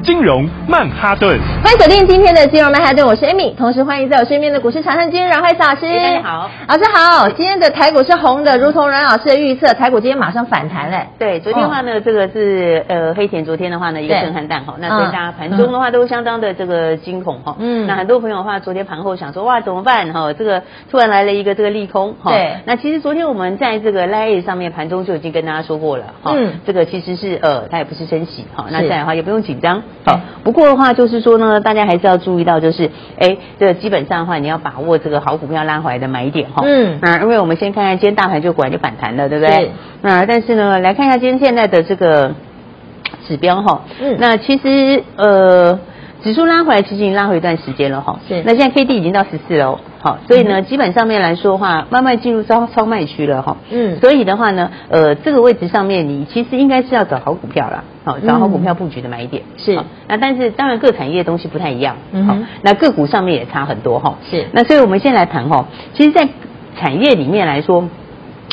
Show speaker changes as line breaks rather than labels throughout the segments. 金融曼哈顿。
欢迎锁定今天的金融曼哈顿，我是 Amy，同时欢迎在我身边的股市常胜军阮慧慈老师。
哎大家好，
老师好。今天的台股是红的，如同阮老师的预测，台股今天马上反弹嘞。
对，昨天的话呢，这个是呃黑田昨天的话呢一个
对
震撼弹哈，那所以
嗯
大家盘中的话都相当的这个惊恐哈。
嗯
那很多朋友的话，昨天盘后想说哇怎么办哈，这个突然来了一个这个利空哈。
对
那其实昨天我们在这个 l i 上面盘中就已经跟大家说过了哈。
嗯
这个其实是呃它也不是升息哈，那
是
再来的话也不用紧张。
对
好，不过的话就是说呢，大家还是要注意到就是哎，这个基本上的话你要把握这个好股票拉回来的买点哈。
嗯
那因为我们先看看今天大盘就果然就反弹了，对不
是
对？那但是呢，来看一下今天现在的这个指标哈。
嗯
那其实呃，指数拉回来其实已经拉回一段时间了哈。
是嗯
那现在 K D 已经到十四了哦。好，所以呢，基本上面来说的话，慢慢进入超超卖区了哈。
嗯
所以的话呢，呃，这个位置上面你其实应该是要找好股票啦，好，找好股票布局的买点。
嗯是
好那但是当然各产业东西不太一样，
嗯
好
哼，
那个股上面也差很多哈。
是
那所以我们先来谈哈，其实，在产业里面来说。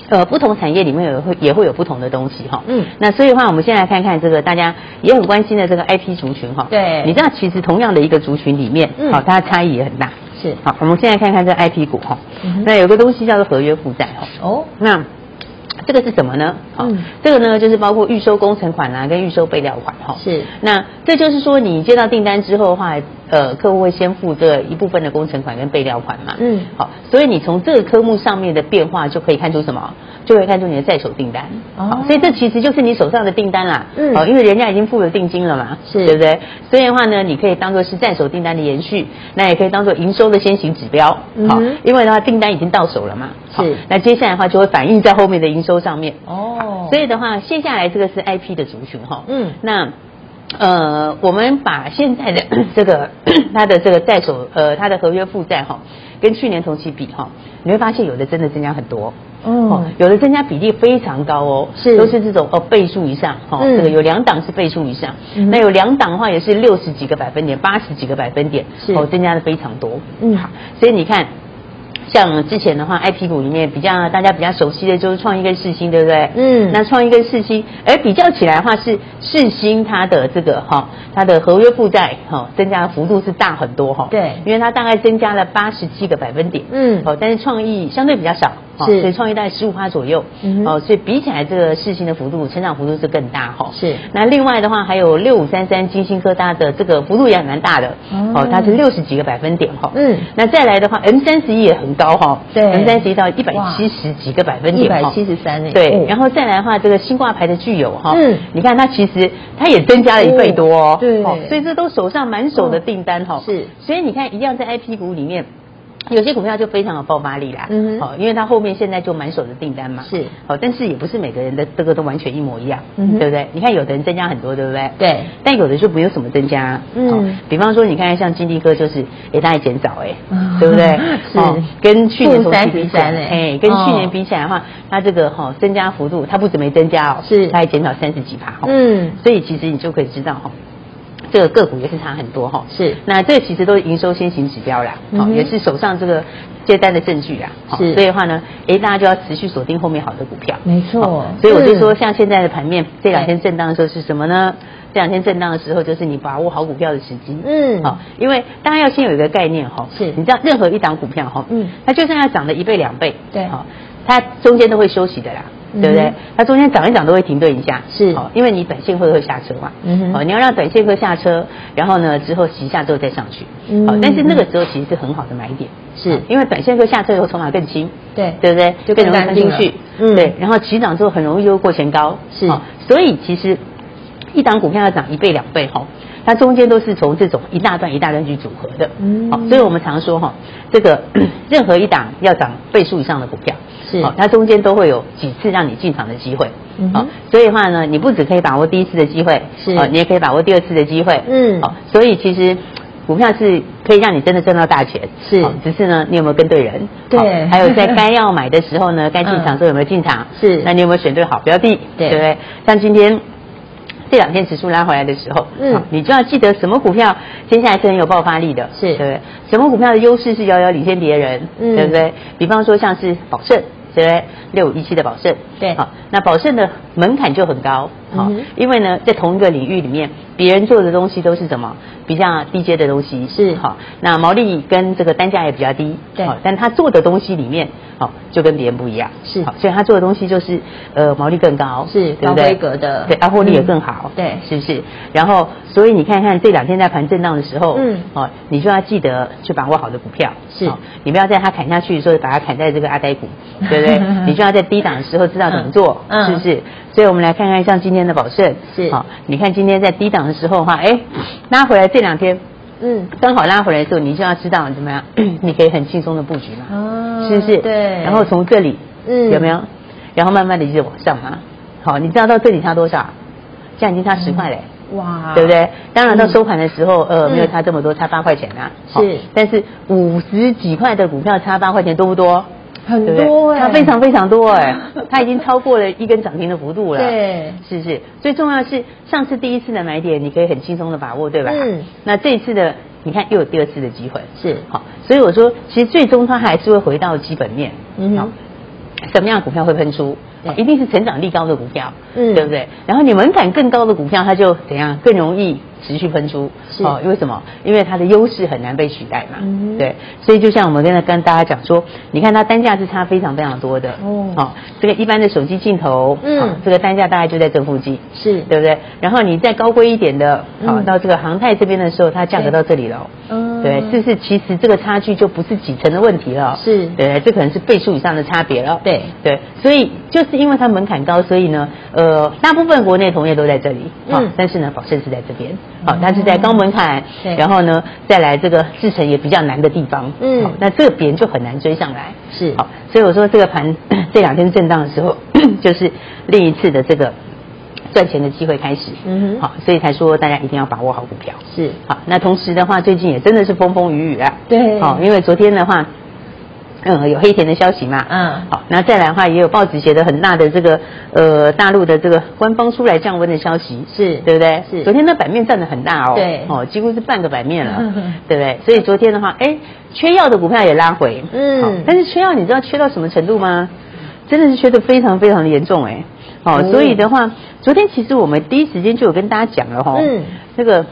呃，不同产业里面也会也会有不同的东西哈。
嗯
那所以的话，我们先来看看这个大家也很关心的这个 IP 族群哈。
对
你知道其实同样的一个族群里面，
嗯
好，它的差异也很大。
是
好，我们现在看看这 IP 股哈
嗯哼。
那有个东西叫做合约负债哈。
哦，
那这个是什么呢？好、
嗯
这个呢就是包括预收工程款啦、跟预收备料款哈、
是
那这就是说你接到订单之后的话，呃，客户会先付这一部分的工程款跟备料款嘛。
嗯
好，所以你从这个科目上面的变化就可以看出什么？就会看出你的在手订单。
哦
好所以这其实就是你手上的订单啦。
嗯
好，因为人家已经付了定金了嘛，
是
对不对？所以的话呢，你可以当做是在手订单的延续，那也可以当做营收的先行指标。
嗯
好
哼，
因为的话订单已经到手了嘛。好
是
那接下来的话就会反映在后面的营收上面。
哦
所以的话，接下来这个是 IP 的族群哈。
嗯
那。呃，我们把现在的 这个它的这个在手呃它的合约负债哈，跟去年同期比哈，你会发现有的真的增加很多，哦
嗯，
有的增加比例非常高哦，
是
都是这种哦倍数以上哈、哦
嗯
这个有两档是倍数以上，
嗯
那有两档的话也是六十几个百分点、八十几个百分点，
是
哦增加的非常多，
嗯
好，所以你看。像之前的话，IP 股里面比较大家比较熟悉的就是创意跟世新，对不对？
嗯
那创意跟世新，而比较起来的话是世新它的这个哈、它的合约负债哈、增加的幅度是大很多哈、
对
因为它大概增加了八十七个百分点。
嗯
哦，但是创意相对比较少，哦、
是
所以创意大概十五趴左右，
嗯哼
哦，所以比起来这个事情的幅度，成长幅度是更大哈、哦。
是
那另外的话，还有六五三三金星科大的这个幅度也蛮大的，
哦
哦，它是六十几个百分点哈、哦。
嗯
那再来的话，M 三十一也很高哈、哦，
对
，M 三十一到一百
哇
七十几个百分
一
点、
百
哦，
七十三呢？
对，
哦
然后再来的话，这个新挂牌的具有哈，
嗯
你看它其实它也增加了一倍多哦
哦，对嗯
所以这都手上满手的订单哈、
是，
所以你看一样在 IP 股里面。有些股票就非常有爆发力啦，
嗯哼
好，因为它后面现在就满手的订单嘛，
是
好，但是也不是每个人的这个都完全一模一样，
嗯哼
对不对？你看有的人增加很多，对不对？
对，
但有的就没有什么增加啊，
嗯
好比方说你看像金地科就是，哎，它也减少哎
嗯，
对不对？
是
哦跟去年同期比起来，
负33哎
哎，跟去
哦
年比比起来的话，它这个哈、增加幅度，它不止没增加哦，
是
它还减少三十几趴哈、
嗯
所以其实你就可以知道哈、这个个股也是差很多哈、哦
是
那这其实都是营收先行指标啦，
嗯
好、
哼
也是手上这个接单的证据啦，好
是
所以的话呢，诶，大家就要持续锁定后面好的股票，
没错
好所以我就说，
嗯
像现在的盘面这两天震荡的时候是什么呢？这两天震荡的时候，就是你把握好股票的时机，
嗯
好、因为大家要先有一个概念哈、
是
你知道任何一档股票哈、
嗯
它就算要涨了一倍两倍，
对
好、它中间都会休息的啦，
嗯哼
对不对？它中间涨一涨都会停顿一下，
是
哦，因为你短线会会下车嘛，
嗯哼
哦，你要让短线会下车，然后呢之后洗一下之后再上去，
嗯
哦，但是那个时候其实是很好的买点，
是
因为短线会下车以后筹码更轻，
对
对不对？
就更
更容易
淡
看
定
进
了
去，
嗯
对，然后起涨之后很容易又过前高，
是
所以其实一档股票要涨一倍两倍哈、它中间都是从这种一大段一大段去组合的，
嗯
好、所以我们常说哈、这个 任何一档要涨倍数以上的股票，
是
好它中间都会有几次让你进场的机会，
嗯哼
好所以的话呢，你不只可以把握第一次的机会，
是
好你也可以把握第二次的机会，
嗯
好、所以其实股票是可以让你真的赚到大钱，
是
好只是呢，你有没有跟对人？
对 嗯
好还有在该要买的时候呢，该进场的时候有没有进场？
是
那你有没有选对好标的？
对
不对？像今天。这两天指数拉回来的时候，
嗯
好你就要记得什么股票接下来是很有爆发力的，
是
对不对？什么股票的优势是遥遥领先别人，
嗯
对不对？比方说像是宝盛，对不对？六五一七的宝盛，
对
好，那宝盛的门槛就很高，好、
嗯哼
因为呢，在同一个领域里面，别人做的东西都是什么比较低阶的东西，
是
好，那毛利跟这个单价也比较低，
嗯对
好但他做的东西里面，好，就跟别人不一样，
是
好，所以他做的东西就是呃毛利更高，
是
对
高
不对
规格的
对，啊，获利也
嗯
更好，
对
是不是？然后，所以你看看这两天在盘震荡的时候，
嗯
哦，你就要记得去把握好的股票，
是
好你不要在它砍下去的时候把它砍在这个阿呆股，对不对？ 你就要在低档的时候知道怎么做，
嗯嗯
是不是？所以我们来看看像今天的宝盛，
是
好，你看今天在低档的时候哈，哎，拉回来这两天。
嗯，
刚好拉回来的时候，你就要知道怎么样， 你可以很轻松的布局嘛，
哦
是不是？
对，
然后从这里，
嗯
有没有？然后慢慢的一直往上嘛。好，你知道到这里差多少？现在已经差十块嘞。
哇，
对不？对？当然到
嗯
收盘的时候，呃，
嗯
没有差这么多，差八块钱啦。
是
好但是五十几块的股票差八块钱多不多？
很
对不
多
对
哎，
它非常非常多 哎，它已经超过了一根涨停的幅度了。
对，
是不是？最重要的是上次第一次的买点，你可以很轻松的把握，对吧？
嗯。
那这一次的，你看又有第二次的机会。
是
好，所以我说，其实最终它还是会回到基本面。
嗯哼
好什么样的股票会喷出？
对
一定是成长力高的股票，
嗯
对不对？然后你门槛更高的股票，它就怎样更容易持续喷出？
是
因为什么？因为它的优势很难被取代嘛。
嗯哼
对，所以就像我们刚才跟大家讲说，你看它单价是差非常非常多的。
哦
好、这个一般的手机镜头，
嗯
好这个单价大概就在这附近，
是
对不对？然后你再高规一点的，好、
嗯
到这个航太这边的时候，它价
对
格到这里了哦。
嗯
对，是不是其实这个差距就不是几成的问题了？
是
对，这可能是倍数以上的差别了。
对
对，所以就是因为它门槛高，所以呢，呃，大部分国内同业都在这里，
嗯
好但是呢，宝盛是在这边，好，它是在高门槛，
对
然后呢，再来这个制成也比较难的地方，
嗯
好那这边就很难追上来，
是
好，所以我说这个盘 这两天震荡的时候， 就是另一次的这个赚钱的机会开始，
嗯哼
好，所以才说大家一定要把握好股票，
是
好，那同时的话，最近也真的是风风雨雨啊。
对
好、因为昨天的话，嗯，有黑田的消息嘛。
嗯
好，那再来的话，也有报纸写的很大的这个呃大陆的这个官方出来降温的消息，
是
对不对？
是
昨天的版面占的很大哦。
对，
哦，几乎是半个版面了
嗯
对不对？所以昨天的话，哎，缺药的股票也拉回。
嗯
好但是缺药你知道缺到什么程度吗？真的是缺的非常非常的严重哎、好、
哦
所以的话，昨天其实我们第一时间就有跟大家讲了哈、哦，
嗯，
那个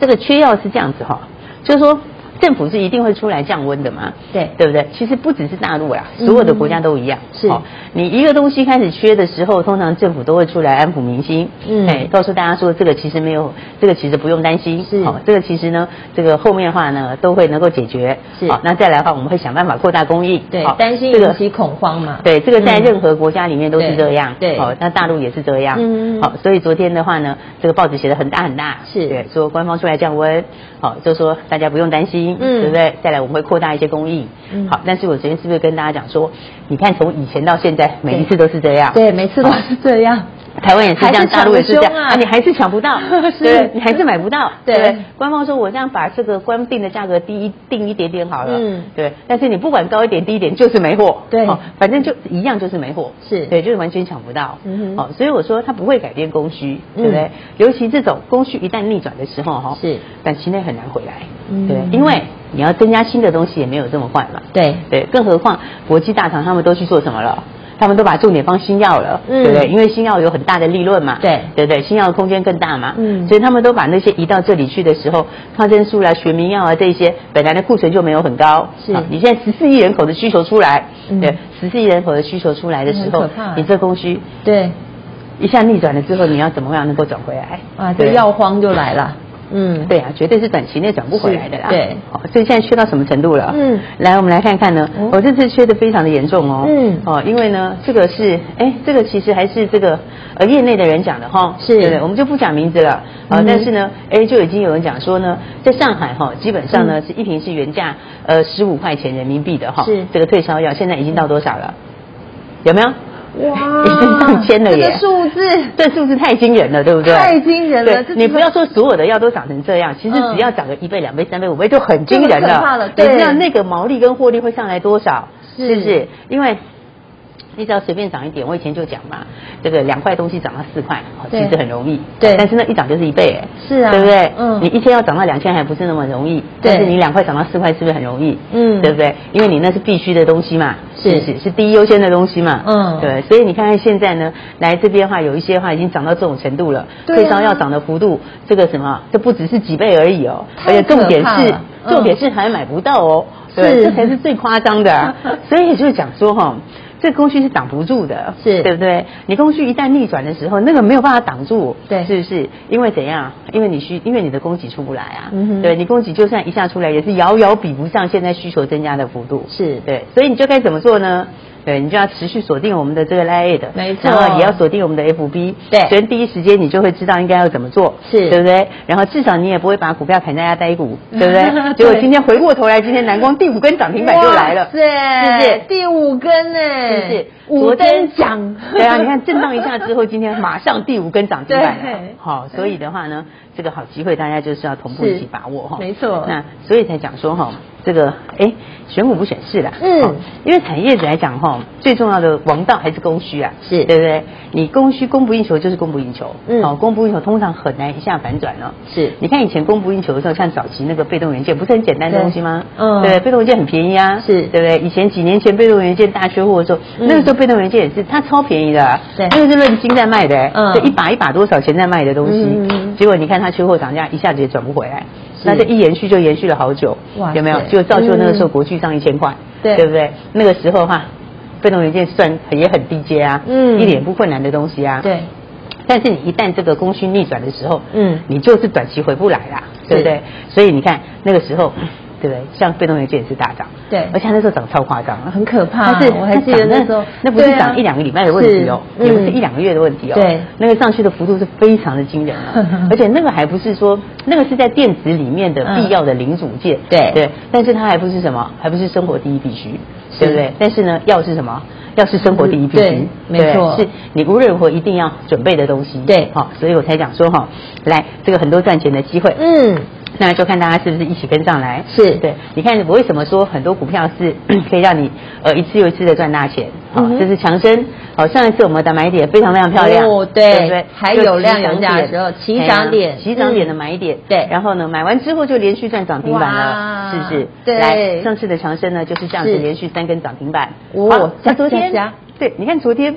这个缺药是这样子哈、就是说政府是一定会出来降温的嘛，
对
对不对？其实不只是大陆啦，所有的国家都一样。哦
嗯是
你一个东西开始缺的时候，通常政府都会出来安抚民心，
嗯
哎，告诉大家说这个其实没有，这个其实不用担心，哦
是
这个其实呢，这个后面的话呢都会能够解决，
是
好，那再来的话，我们会想办法扩大供应，
对
好，
担心
这个
引起恐慌嘛
对，这个在
嗯
任何国家里面都是这样，
对对
好，那大陆也是这样，
嗯
好，所以昨天的话呢，这个报纸写的很大很大，
是
对，说官方出来降温，好，就说大家不用担心，
嗯
对不对？再来我们会扩大一些供应，
嗯
好，但是我昨天是不是跟大家讲说，你看从以前到现在，每一次都是这样，
对，每次都是这样，
台湾也是这
还
样，
是
大陆也是这
抢
样，
不凶啊，
你还是抢不到 对
是
你还是买不到，
对
不官方说我这样把这个官定的价格低一定一点点好了，
嗯
对，但是你不管高一点低一点就是没货，
对
哦反正就一样就是没货，
是
对，就是完全抢不到，
嗯哼
哦，所以我说它不会改变供需，
嗯
对不对？尤其这种供需一旦逆转的时候，哈，
是
短期内很难回来，
嗯
对，因为你要增加新的东西也没有这么快嘛，
对
对，更何况国际大厂他们都去做什么了？他们都把重点放新药了，
嗯
对不对？因为新药有很大的利润嘛，
对
对不对，新药的空间更大嘛，
嗯
所以他们都把那些移到这里去的时候，抗生素啦、学名药啊这些，本来的库存就没有很高，
是
啊你现在十四亿人口的需求出来，
嗯
对，十四亿人口的需求出来的时
嗯
候
很可怕，
你这供需
对，
一下逆转了之后，你要怎么样能够转回来？
啊，这
对
药荒就来了，嗯，
对啊，绝对是短期内转不回来的啦。
是对
好，所以现在缺到什么程度了？
嗯，
来，我们来看看呢
哦。
我、这次缺的非常的严重哦。
嗯
哦，因为呢，这个是，哎，这个其实还是这个呃业内的人讲的哈、
是
对不对？我们就不讲名字了。啊、
嗯
但是呢，哎，就已经有人讲说呢，在上海哈、基本上
嗯
呢、是一瓶是原价呃十五块钱人民币的哈、
是
这个退烧药现在已经到多少了？有没有？
哇，
已经上千了耶
这个数字
这数字太惊人了，对不对？
太惊人了
对
这
你不要说所有的药都涨成这样，其实
嗯
只要涨个一倍、两倍、三倍、五倍就很惊人
就很可怕了
你
对
知道那个毛利跟获利会上来多少？
是
不是？因为你只要随便涨一点，我以前就讲嘛，这个两块东西涨到四块，哦其
对
实很容易。
对
但是那一涨就是一倍，哎，
是啊
对不对？
嗯
你一天要涨到两千还不是那么容易，
对
但是你两块涨到四块是不是很容易？
嗯
对不对？因为你那是必须的东西嘛，
是
不是是第一优先的东西嘛，
嗯
对。所以你看看现在呢，来这边的话，有一些的话已经涨到这种程度了，
对啊
最高要涨的幅度，这个什么，这不只是几倍而已哦，而
太
且重点
可怕
是
了，嗯
重点是还买不到哦，
是
对，这才是最夸张的 啊。所以也就是讲说哈、这个供需是挡不住的，
是
对不对？你供需一旦逆转的时候，那个没有办法挡住，
对
是不是？因为怎样？因为你需，因为你的供给出不来啊，
嗯哼
对你供给就算一下出来，也是遥遥比不上现在需求增加的幅度，
是
对，所以你就该怎么做呢？对，你就要持续锁定我们的这个 Line 的，
没错
然后也要锁定我们的 FB，
对
所以第一时间你就会知道应该要怎么做，
是
对不对？然后至少你也不会把股票砍在压呆股，对 不对？
对
结果今天回过头来，今天蓝光第五根涨停板就来了，
对，
是不是
第五根呢，
是不是？
五
昨天，
根奖
对啊，你看震荡一下之后，今天马上第五根涨停板了
对，
好，所以的话呢，这个好机会大家就是要同步
是
一起把握哈，
没错
那所以才讲说哈，这个哎，选股不选市啦，
嗯
哦，因为产业来讲哈，最重要的王道还是供需啊，
是
对不对？你供需供不应求就是供不应求，
嗯
好，供不应求通常很难一下反转哦，
是
你看以前供不应求的时候，像早期那个被动元件不是很简单的
对
东西吗？
嗯
对，被动元件很便宜啊，
是
对不对？以前几年前被动元件大缺货的时候，
嗯
那个时候被动元件也是它超便宜的啊，
对
那个是论斤在卖的欸，
嗯
就一把一把多少钱在卖的东西，
嗯嗯嗯
结果你看它缺货涨价一下子也转不回来，
是
那这一延续就延续了好久
哇，
有没有
塞？
就造就那个时候
嗯
国巨上一千块，
对
对不对？那个时候哈，被动元件算也很低阶啊，
嗯
一点不困难的东西啊，
对，
但是你一旦这个供需逆转的时候，
嗯
你就是短期回不来啦，对不对？所以你看那个时候，对不对？像被动元件也是大涨，
对
而且它那时候涨超夸张啊，
很可怕。
但是
我还记得
它涨
那时候，
那不是
对啊
涨一两个礼拜的问题哦，
是
也不是
嗯
一两个月的问题哦，
对
那个上去的幅度是非常的惊 人啊而且那个还不是说那个是在电子里面的必要的零组件，
嗯对
对，但是它还不是什么，还不是生活第一必须，
是
对不对？但是呢，药是什么？药是生活第一必须，
对没错
是你无论如何一定要准备的东西，
对
好、所以我才讲说哈、来这个很多赚钱的机会，
嗯，
那就看大家是不是一起跟上来。
是
对，你看我为什么说很多股票是 可以让你呃一次又一次的赚大钱？好、
嗯哼
这是强生。好，上一次我们的买点非常非常漂亮，
哦对
不对？
还有
就起
量有
涨
价的
点
时候起
哎呀
涨点
起涨点的
嗯
买点，
对
然后呢，买完之后就连续赚涨停板了
哇，
是不是？
对
来，上次的强生呢就是这样子
是
连续三根涨停板。
哦
好那
加
昨天
加加
对，你看昨天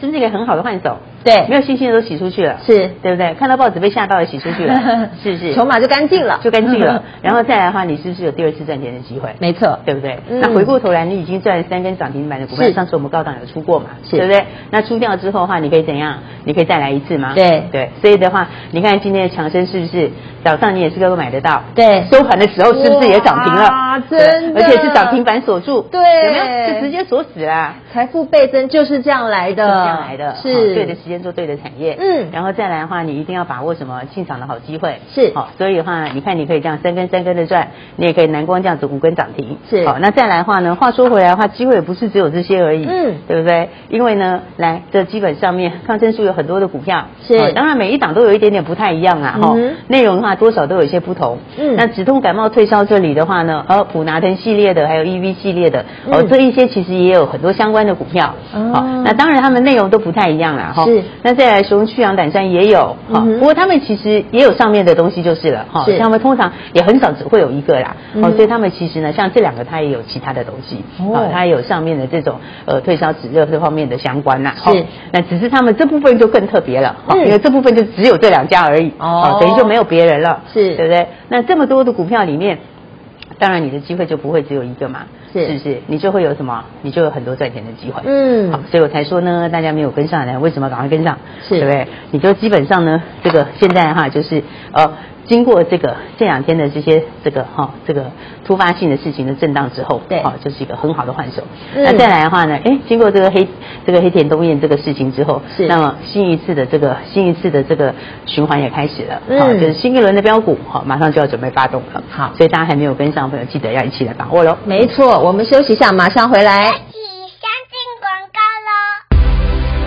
是不是一个很好的换手？
对
没有信心的都洗出去了，
是
对不对？看到报纸被吓到的洗出 去了， 是不是？
筹码就干净了，
就干净 了。然后再来的话，你是不是有第二次赚钱的机会？
嗯没错，
对不对？
嗯
那回过头来，你已经赚了三根涨停板的股票，
是
上次我们高档有出过嘛，
是
对不对？那出掉之后的话，你可以怎样？你可以再来一次吗？
对
对，所以的话，你看今天的强生是不是早上你也是能够买得到？
对
收盘的时候是不是也涨停
哇
了？对
真的
而且是涨停板锁住，
对
有没有？就直接锁死啦。
财富倍增就是这样来的，
是这样来的，
是、
哦对的时间做对的产业，
嗯
然后再来的话，你一定要把握什么进场的好机会，
是
好、所以的话，你看你可以这样三根三根的赚，你也可以蓝光这样子五根涨停，
是
好、那再来的话呢，话说回来的话，机会也不是只有这些而已，
嗯
对不对？因为呢，来这基本上面抗生素有很多的股票，
是
哦当然每一档都有一点点不太一样啊，哈、
嗯哼
内容的话多少都有一些不同，
嗯
那止痛感冒退烧这里的话呢，呃，普拿疼系列的，还有 EV 系列的，哦，
嗯
这一些其实也有很多相关的股票，
哦
好、那当然，他们内容都不太一样啦，哈。
是。
那再来，雄去阳胆山也有，哈、
嗯哼
不过他们其实也有上面的东西就是了，哈。
是
像他们通常也很少只会有一个啦，
嗯
哦，所以他们其实呢，像这两个，它也有其他的东西，
哦
好它也有上面的这种呃退烧止热这方面的相关啦，
是
哈那只是他们这部分就更特别了，哈
嗯
因为这部分就只有这两家而已，
哦
好等于就没有别人了，
是
对不对？那这么多的股票里面。当然，你的机会就不会只有一个嘛，
是
不是？你就会有什么？你就有很多赚钱的机会。
嗯
好，所以我才说呢，大家没有跟上来，为什么赶快跟上？
是
对不对？你就基本上呢，这个现在哈，就是呃，经过这个这两天的这些这个哈、这个突发性的事情的震荡之后，
对
好、就是一个很好的换手。
嗯
那再来的话呢，哎，经过这个黑这个黑田东彦这个事情之后，
是
那么新一次的这个新一次的这个循环也开始了，
嗯
好就是新一轮的标股，好、马上就要准备发动了。
好
所以大家还没有跟上的朋友，记得要一起来把握喽。
没错。我们休息一下，马上回来。
一起相进广告喽。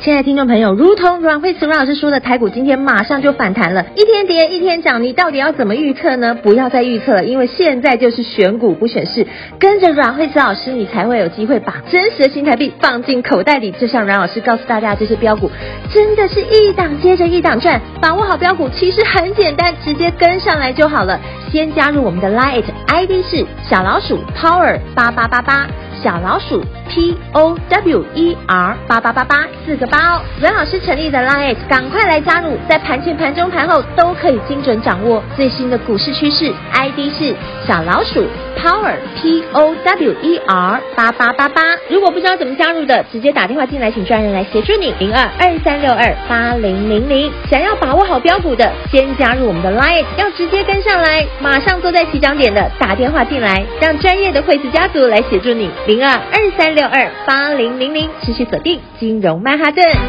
亲爱的听众朋友，如同阮慧慈阮老师说的，台股今天马上就反弹了，一天跌一天涨，你到底要怎么预测呢？不要再预测了，因为现在就是选股不选市，跟着阮慧慈老师，你才会有机会把真实的新台币放进口袋里。就像阮老师告诉大家，这些标股真的是一档接着一档赚，把握好标股其实很简单，直接跟上来就好了。先加入我们的 Lite ID 是小老鼠 Power 八八八八，小老鼠 P O W E R 八八八八四个八哦。阮老师成立的 Lite，赶快来加入，在盘前、盘中、盘后都可以精准掌握最新的股市趋势。ID 是小老鼠 Power P O W E R 八八八八。如果不知道怎么加入的，直接打电话进来，请专人来协助你。零二二三六二八零零零。想要把握好标股的，先加入我们的 Lite，要直接跟上来，马上坐在起涨点的，打电话进来，让专业的惠子家族来协助你。零二二三六二八零零零，持续锁定金融曼哈顿。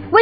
为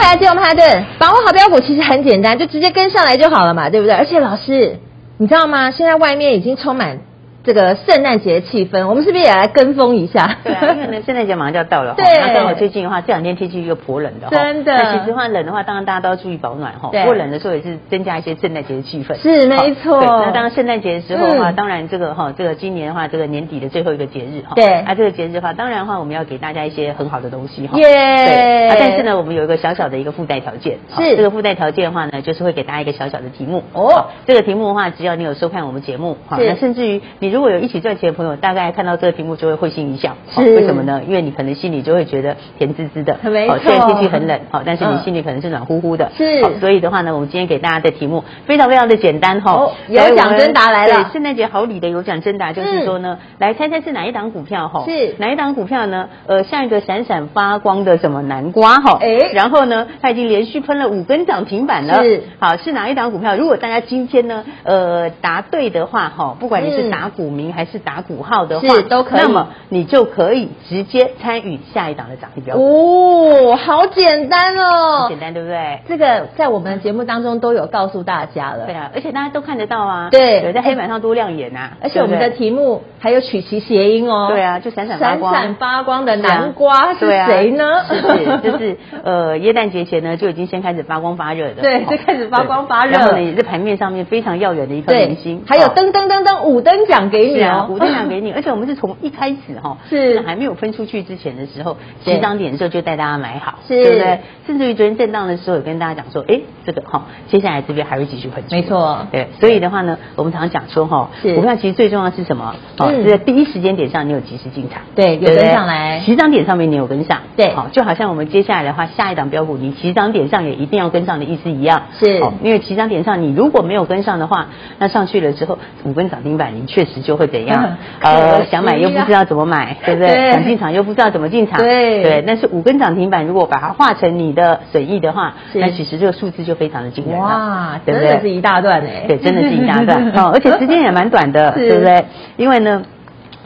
来金融曼哈顿，把握好标股其实很简单，就直接跟上来就好了嘛，对不对？而且老师，你知道吗？现在外面已经充满这个圣诞节气氛，我们是不是也来跟风一下？
对啊，因为呢，圣诞节马上就要到了哈，
对
那刚好最近的话，这两天天气又颇冷的哈，
真的
那其实的话冷的话，当然大家都要注意保暖哈。
对
不过冷的时候也是增加一些圣诞节的气氛。
是没错
好对那当然圣诞节的时候的话，
嗯
当然这个哈，这个今年的话，这个年底的最后一个节日哈。
对
啊，这个节日的话，当然的话，我们要给大家一些很好的东西哈。
耶
对。啊，但是呢，我们有一个小小的一个附带条件。好
是
这个附带条件的话呢，就是会给大家一个小小的题目。
哦
好。这个题目的话，只要你有收看我们节目，好，
是
那甚至于你如果有一起赚钱的朋友，大概看到这个题目就会会心一笑。好
是
为什么呢？因为你可能心里就会觉得甜滋滋的，哦
没
好虽然
错
天气很冷，好，但是你
嗯
心里可能是暖乎乎的，
是
好所以的话呢，我们今天给大家的题目非常非常的简单哈、
哦
所以我们
有奖征答来了嗯
对，圣诞节好礼的有奖征答就是说呢，来猜猜是哪一档股票哈、
是
哪一档股票呢？呃，像一个闪闪发光的什么南瓜哈、
哎
然后呢，它已经连续喷了五根涨停板了，
是，
好，是哪一档股票？如果大家今天呢，呃，答对的话哈、不管你是
嗯
打股名还是打股号的话，
是都可以
那么你就可以直接参与下一档的涨停标股。
哦，好简单
很
哦
简。单，对不对？
这个在我们节目当中都有告诉大家了
对，啊，而且大家都看得到啊，
对
有在黑板上多亮眼呐、
而且我们的
对不
题目还有取其谐音哦。
对对啊，就闪闪发
闪
光。
闪发光的
对啊
南瓜是
对啊
谁呢？
是是， 就是呃，耶诞节前呢就已经先开始发光发热的，
对
哦
就开始发光发热
对然后呢，也是盘面上面非常耀眼的一颗明星
对，，还有
哦
噔噔噔噔五等奖给
是
你
啊
哦，，
五等奖给你，而且我们是从一开始哈，
是
这个还没有分出去之前的时候，
对
起涨点的时候就带大家买好，
是
对不对？甚至于昨天震荡的时候，也跟大家讲说，哎，这个哈，接下来这边还会继续喷出，
没错
对。所以的话呢，我们常常讲说哈，
哦是
股票其实最重要是什么？哦，
嗯
是在第一时间点上你有及时进场，
对有
不
跟上来
起涨点上面你有跟上，
对
好，就好像我们接下来的话，下一档标股你起涨点上也一定要跟上的意思一样，
是
哦因为起涨点上你如果没有跟上的话，那上去了之后五根涨停板，你确实就会 怎样？
嗯可惜
呃，
啊
想买又不知道怎么买，对不对？
对
想进场又不知道怎么进场，
对
对。但是五根涨停板如果把它化成你的损益的话，
是
那其实这个数字就非常的惊人了，
哇，
对
真
不
的是
对？
一大段哎，
对，真的是一 大段哦，而且时间也蛮短的，
是
对不对？因为呢。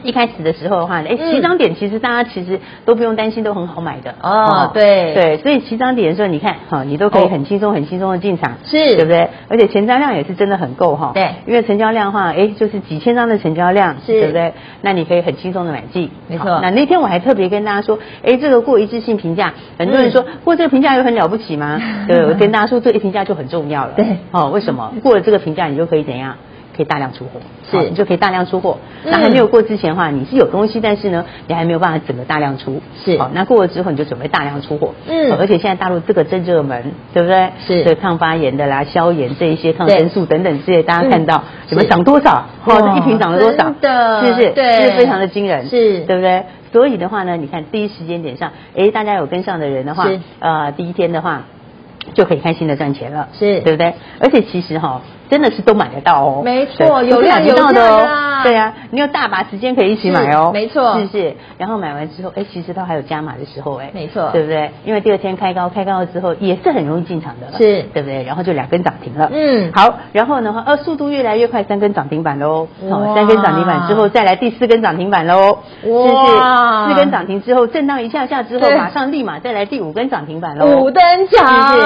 一开始的时候的话呢，哎，
嗯
起涨点其实大家其实都不用担心，都很好买的
哦对
对，所以起涨点的时候，你看哈，你都可以
哦
很轻松、很轻松的进场，
是
对不对？而且成交量也是真的很够哈。
对
因为成交量的话，哎，就是几千张的成交量，
是
对不对？那你可以很轻松的买进，
没
好
错
那那天我还特别跟大家说，哎，这个过一致性评价，很多人说
嗯
过这个评价有很了不 起吗？对，我跟大家说，这个评价就很重要了。
对
哦，为什么？过了这个评价，你就可以怎样？可以大量出货，哦
是
好你就可以大量出货。
嗯
那还没有过之前的话，你是有东西，但是呢，你还没有办法整个大量出。
是
好，那过了之后你就准备大量出货。
嗯
好而且现在大陆这个正热门，对不对？
是
对，抗发炎的啦、消炎这一些抗生素等等这些，大家看到
嗯
你们
是
涨多少？
哇
哦，一瓶涨了多少？
真的
是不是？
对
是不是非常的惊人，
是
对不对？所以的话呢，你看第一时间点上，哎，大家有跟上的人的话
是，
呃，第一天的话。就可以开心的赚钱了，
是
对不对？而且其实哈、真的是都买得到哦，
没错
对
有
不是
量
买不到
有
的
价
哦
的啦
对啊，你有大把时间可以一起买
是
哦，
没错
是不是？然后买完之后，哎，其实它还有加码的时候，哎，
没错
对不对？因为第二天开高，开高了之后也是很容易进场的了，
是
对不对？然后就两根涨停了，
嗯
好，然后呢，呃，速度越来越快，三根涨停板喽，
哇
哦，三根涨停板之后再来第四根涨停板喽，是不
哇
是？四根涨停之后震荡一下下之后，
对
马上立马再来第五根涨停板喽，
五等
是
奖，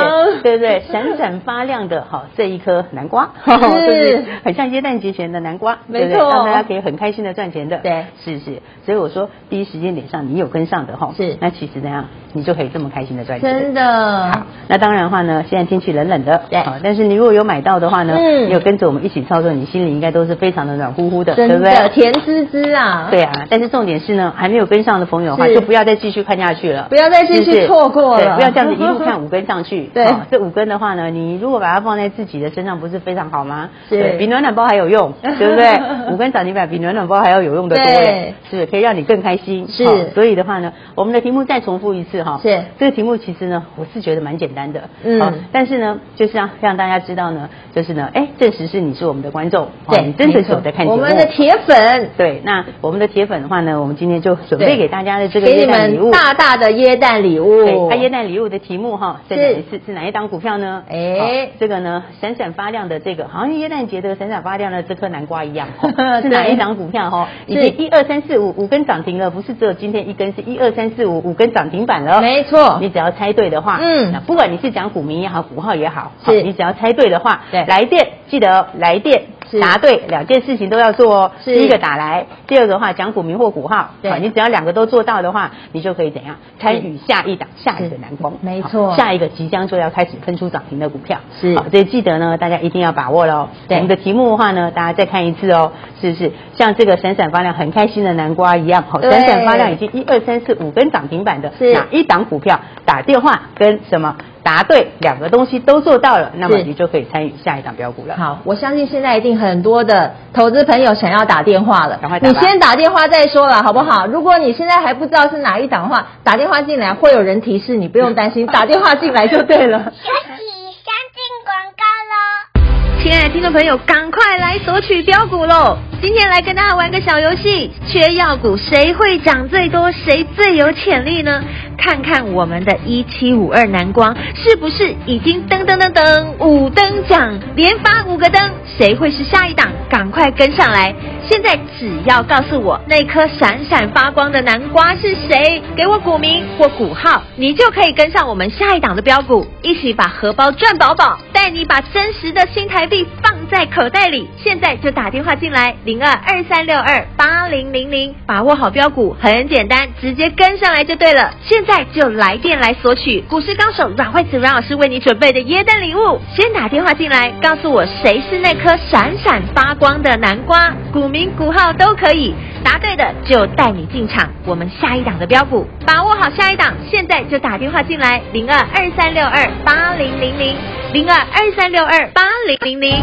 对对，闪闪发亮的，好，这一颗 南瓜，
是
就是很像耶诞节前的南瓜，
没
对不对
错
让大家可以很开心的赚钱的，
对，
是是，所以我说第一时间点上你有跟上的哈，
是
那其实怎样，你就可以这么开心的赚钱，
真的
好，那当然的话呢，现在天气冷冷的，
对
好，但是你如果有买到的话呢，
嗯
你有跟着我们一起操作，你心里应该都是非常的暖乎乎的，对
真
不
的
对？
甜滋滋啊，
对啊，但是重点是呢，还没有跟上的朋友的话，
是
就不要再继续看下去了，
不要再继续
是不是
错过了
对不要这样子一路看五根上去。
对
好这五根的话呢，你如果把它放在自己的身上，不是非常好吗？
是
对比暖暖包还 有用，对不对？五根涨停板比暖暖包还要有用的多嘞，是不是可以让你更开心。
是
好所以的话呢，我们的题目再重复一次哈。
是
这个题目其实呢，我是觉得蛮简单的，
嗯
好但是呢，就是让让大家知道呢，就是呢，哎，证实是你是我们的观众，好
对，
你真的
没错
有在看节目，
我们的铁粉，
对，那我们的铁粉的话呢，我们今天就准
对
备给大家的这个
给
耶
你
诞礼
们
物。
大大的椰蛋礼
对，啊
物，
它耶诞礼物的题目哈，是哪一次？是哪一档股票呢？
哎
好这个呢，闪闪发亮的这个，好像耶诞节的闪闪发亮的这颗南瓜一样，哈是哪一档股票哈？已经一二三四五五根涨停了，不是只有今天一根，是一二三四五五根涨停板了。
没错
你只要猜对的话，
嗯
那不管你是讲股民也好，股号也好，
是
好你只要猜对的话，
对
来电记得哦来电
是。
答对两件事情都要做哦，
是
第一个打来，第二个的话讲股民或股号，
对
好你只要两个都做到的话，你就可以怎样参
是
与下一档下一个
是
蓝光，
没
好
错
下一个即将就要开始喷出涨停的股票，
是
好所以记得呢，大家一定要把握喽。
对
我们的题目的话呢，大家再看一次哦，是不是像这个闪闪发亮、很开心的南瓜一样？好，
对
闪闪发亮已经一二三四五根涨停板的
是
哪一档股票？打电话跟什么答对两个东西都做到了，那么
是
你就可以参与下一档标股了。
好，我相信现在一定很多的投资朋友想要打电话了，
赶快打
你
吧嗯
先打电话再说了，好不好？如果你现在还不知道是哪一档的话，打电话进来会有人提示你，不用担 心，打电话进来就对了。
学习相进广告喽。
亲爱的听众朋友，赶快来索取标股喽！今天来跟大家玩个小游戏，缺药股谁会涨最多，谁最有潜力呢？看看我们的一七五二南光是不是已经噔噔噔噔五登涨，连发五个灯，谁会是下一档？赶快跟上来！现在只要告诉我那颗闪闪发光的南瓜是谁，给我股名或股号，你就可以跟上我们下一档的标股，一起把荷包赚饱饱，带你把真实的新台币放在口袋里。现在就打电话进来，零二二三六二八零零零，把握好标股，很简单，直接跟上来就对了。现在就来电来索取股市高手阮慧慈阮老师为你准备的耶诞礼物，先打电话进来，告诉我谁是那颗闪闪发光的南瓜，股名股号都可以，答对的就带你进场。我们下一档的标股，把握好下一档，现在就打电话进来，零二二三六二八零零零，零二二三六二八零零零。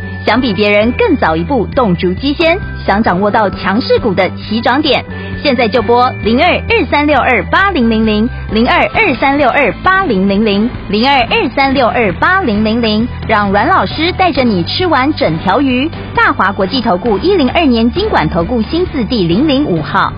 想比别人更早一步动足机先，想掌握到强势股的起涨点，现在就拨零二二三六二八零零零零二二三六二八零零零零二二三六二八零零零，让阮老师带着你吃完整条鱼。大华国际投顾一零二年经管投顾新字第零零五号。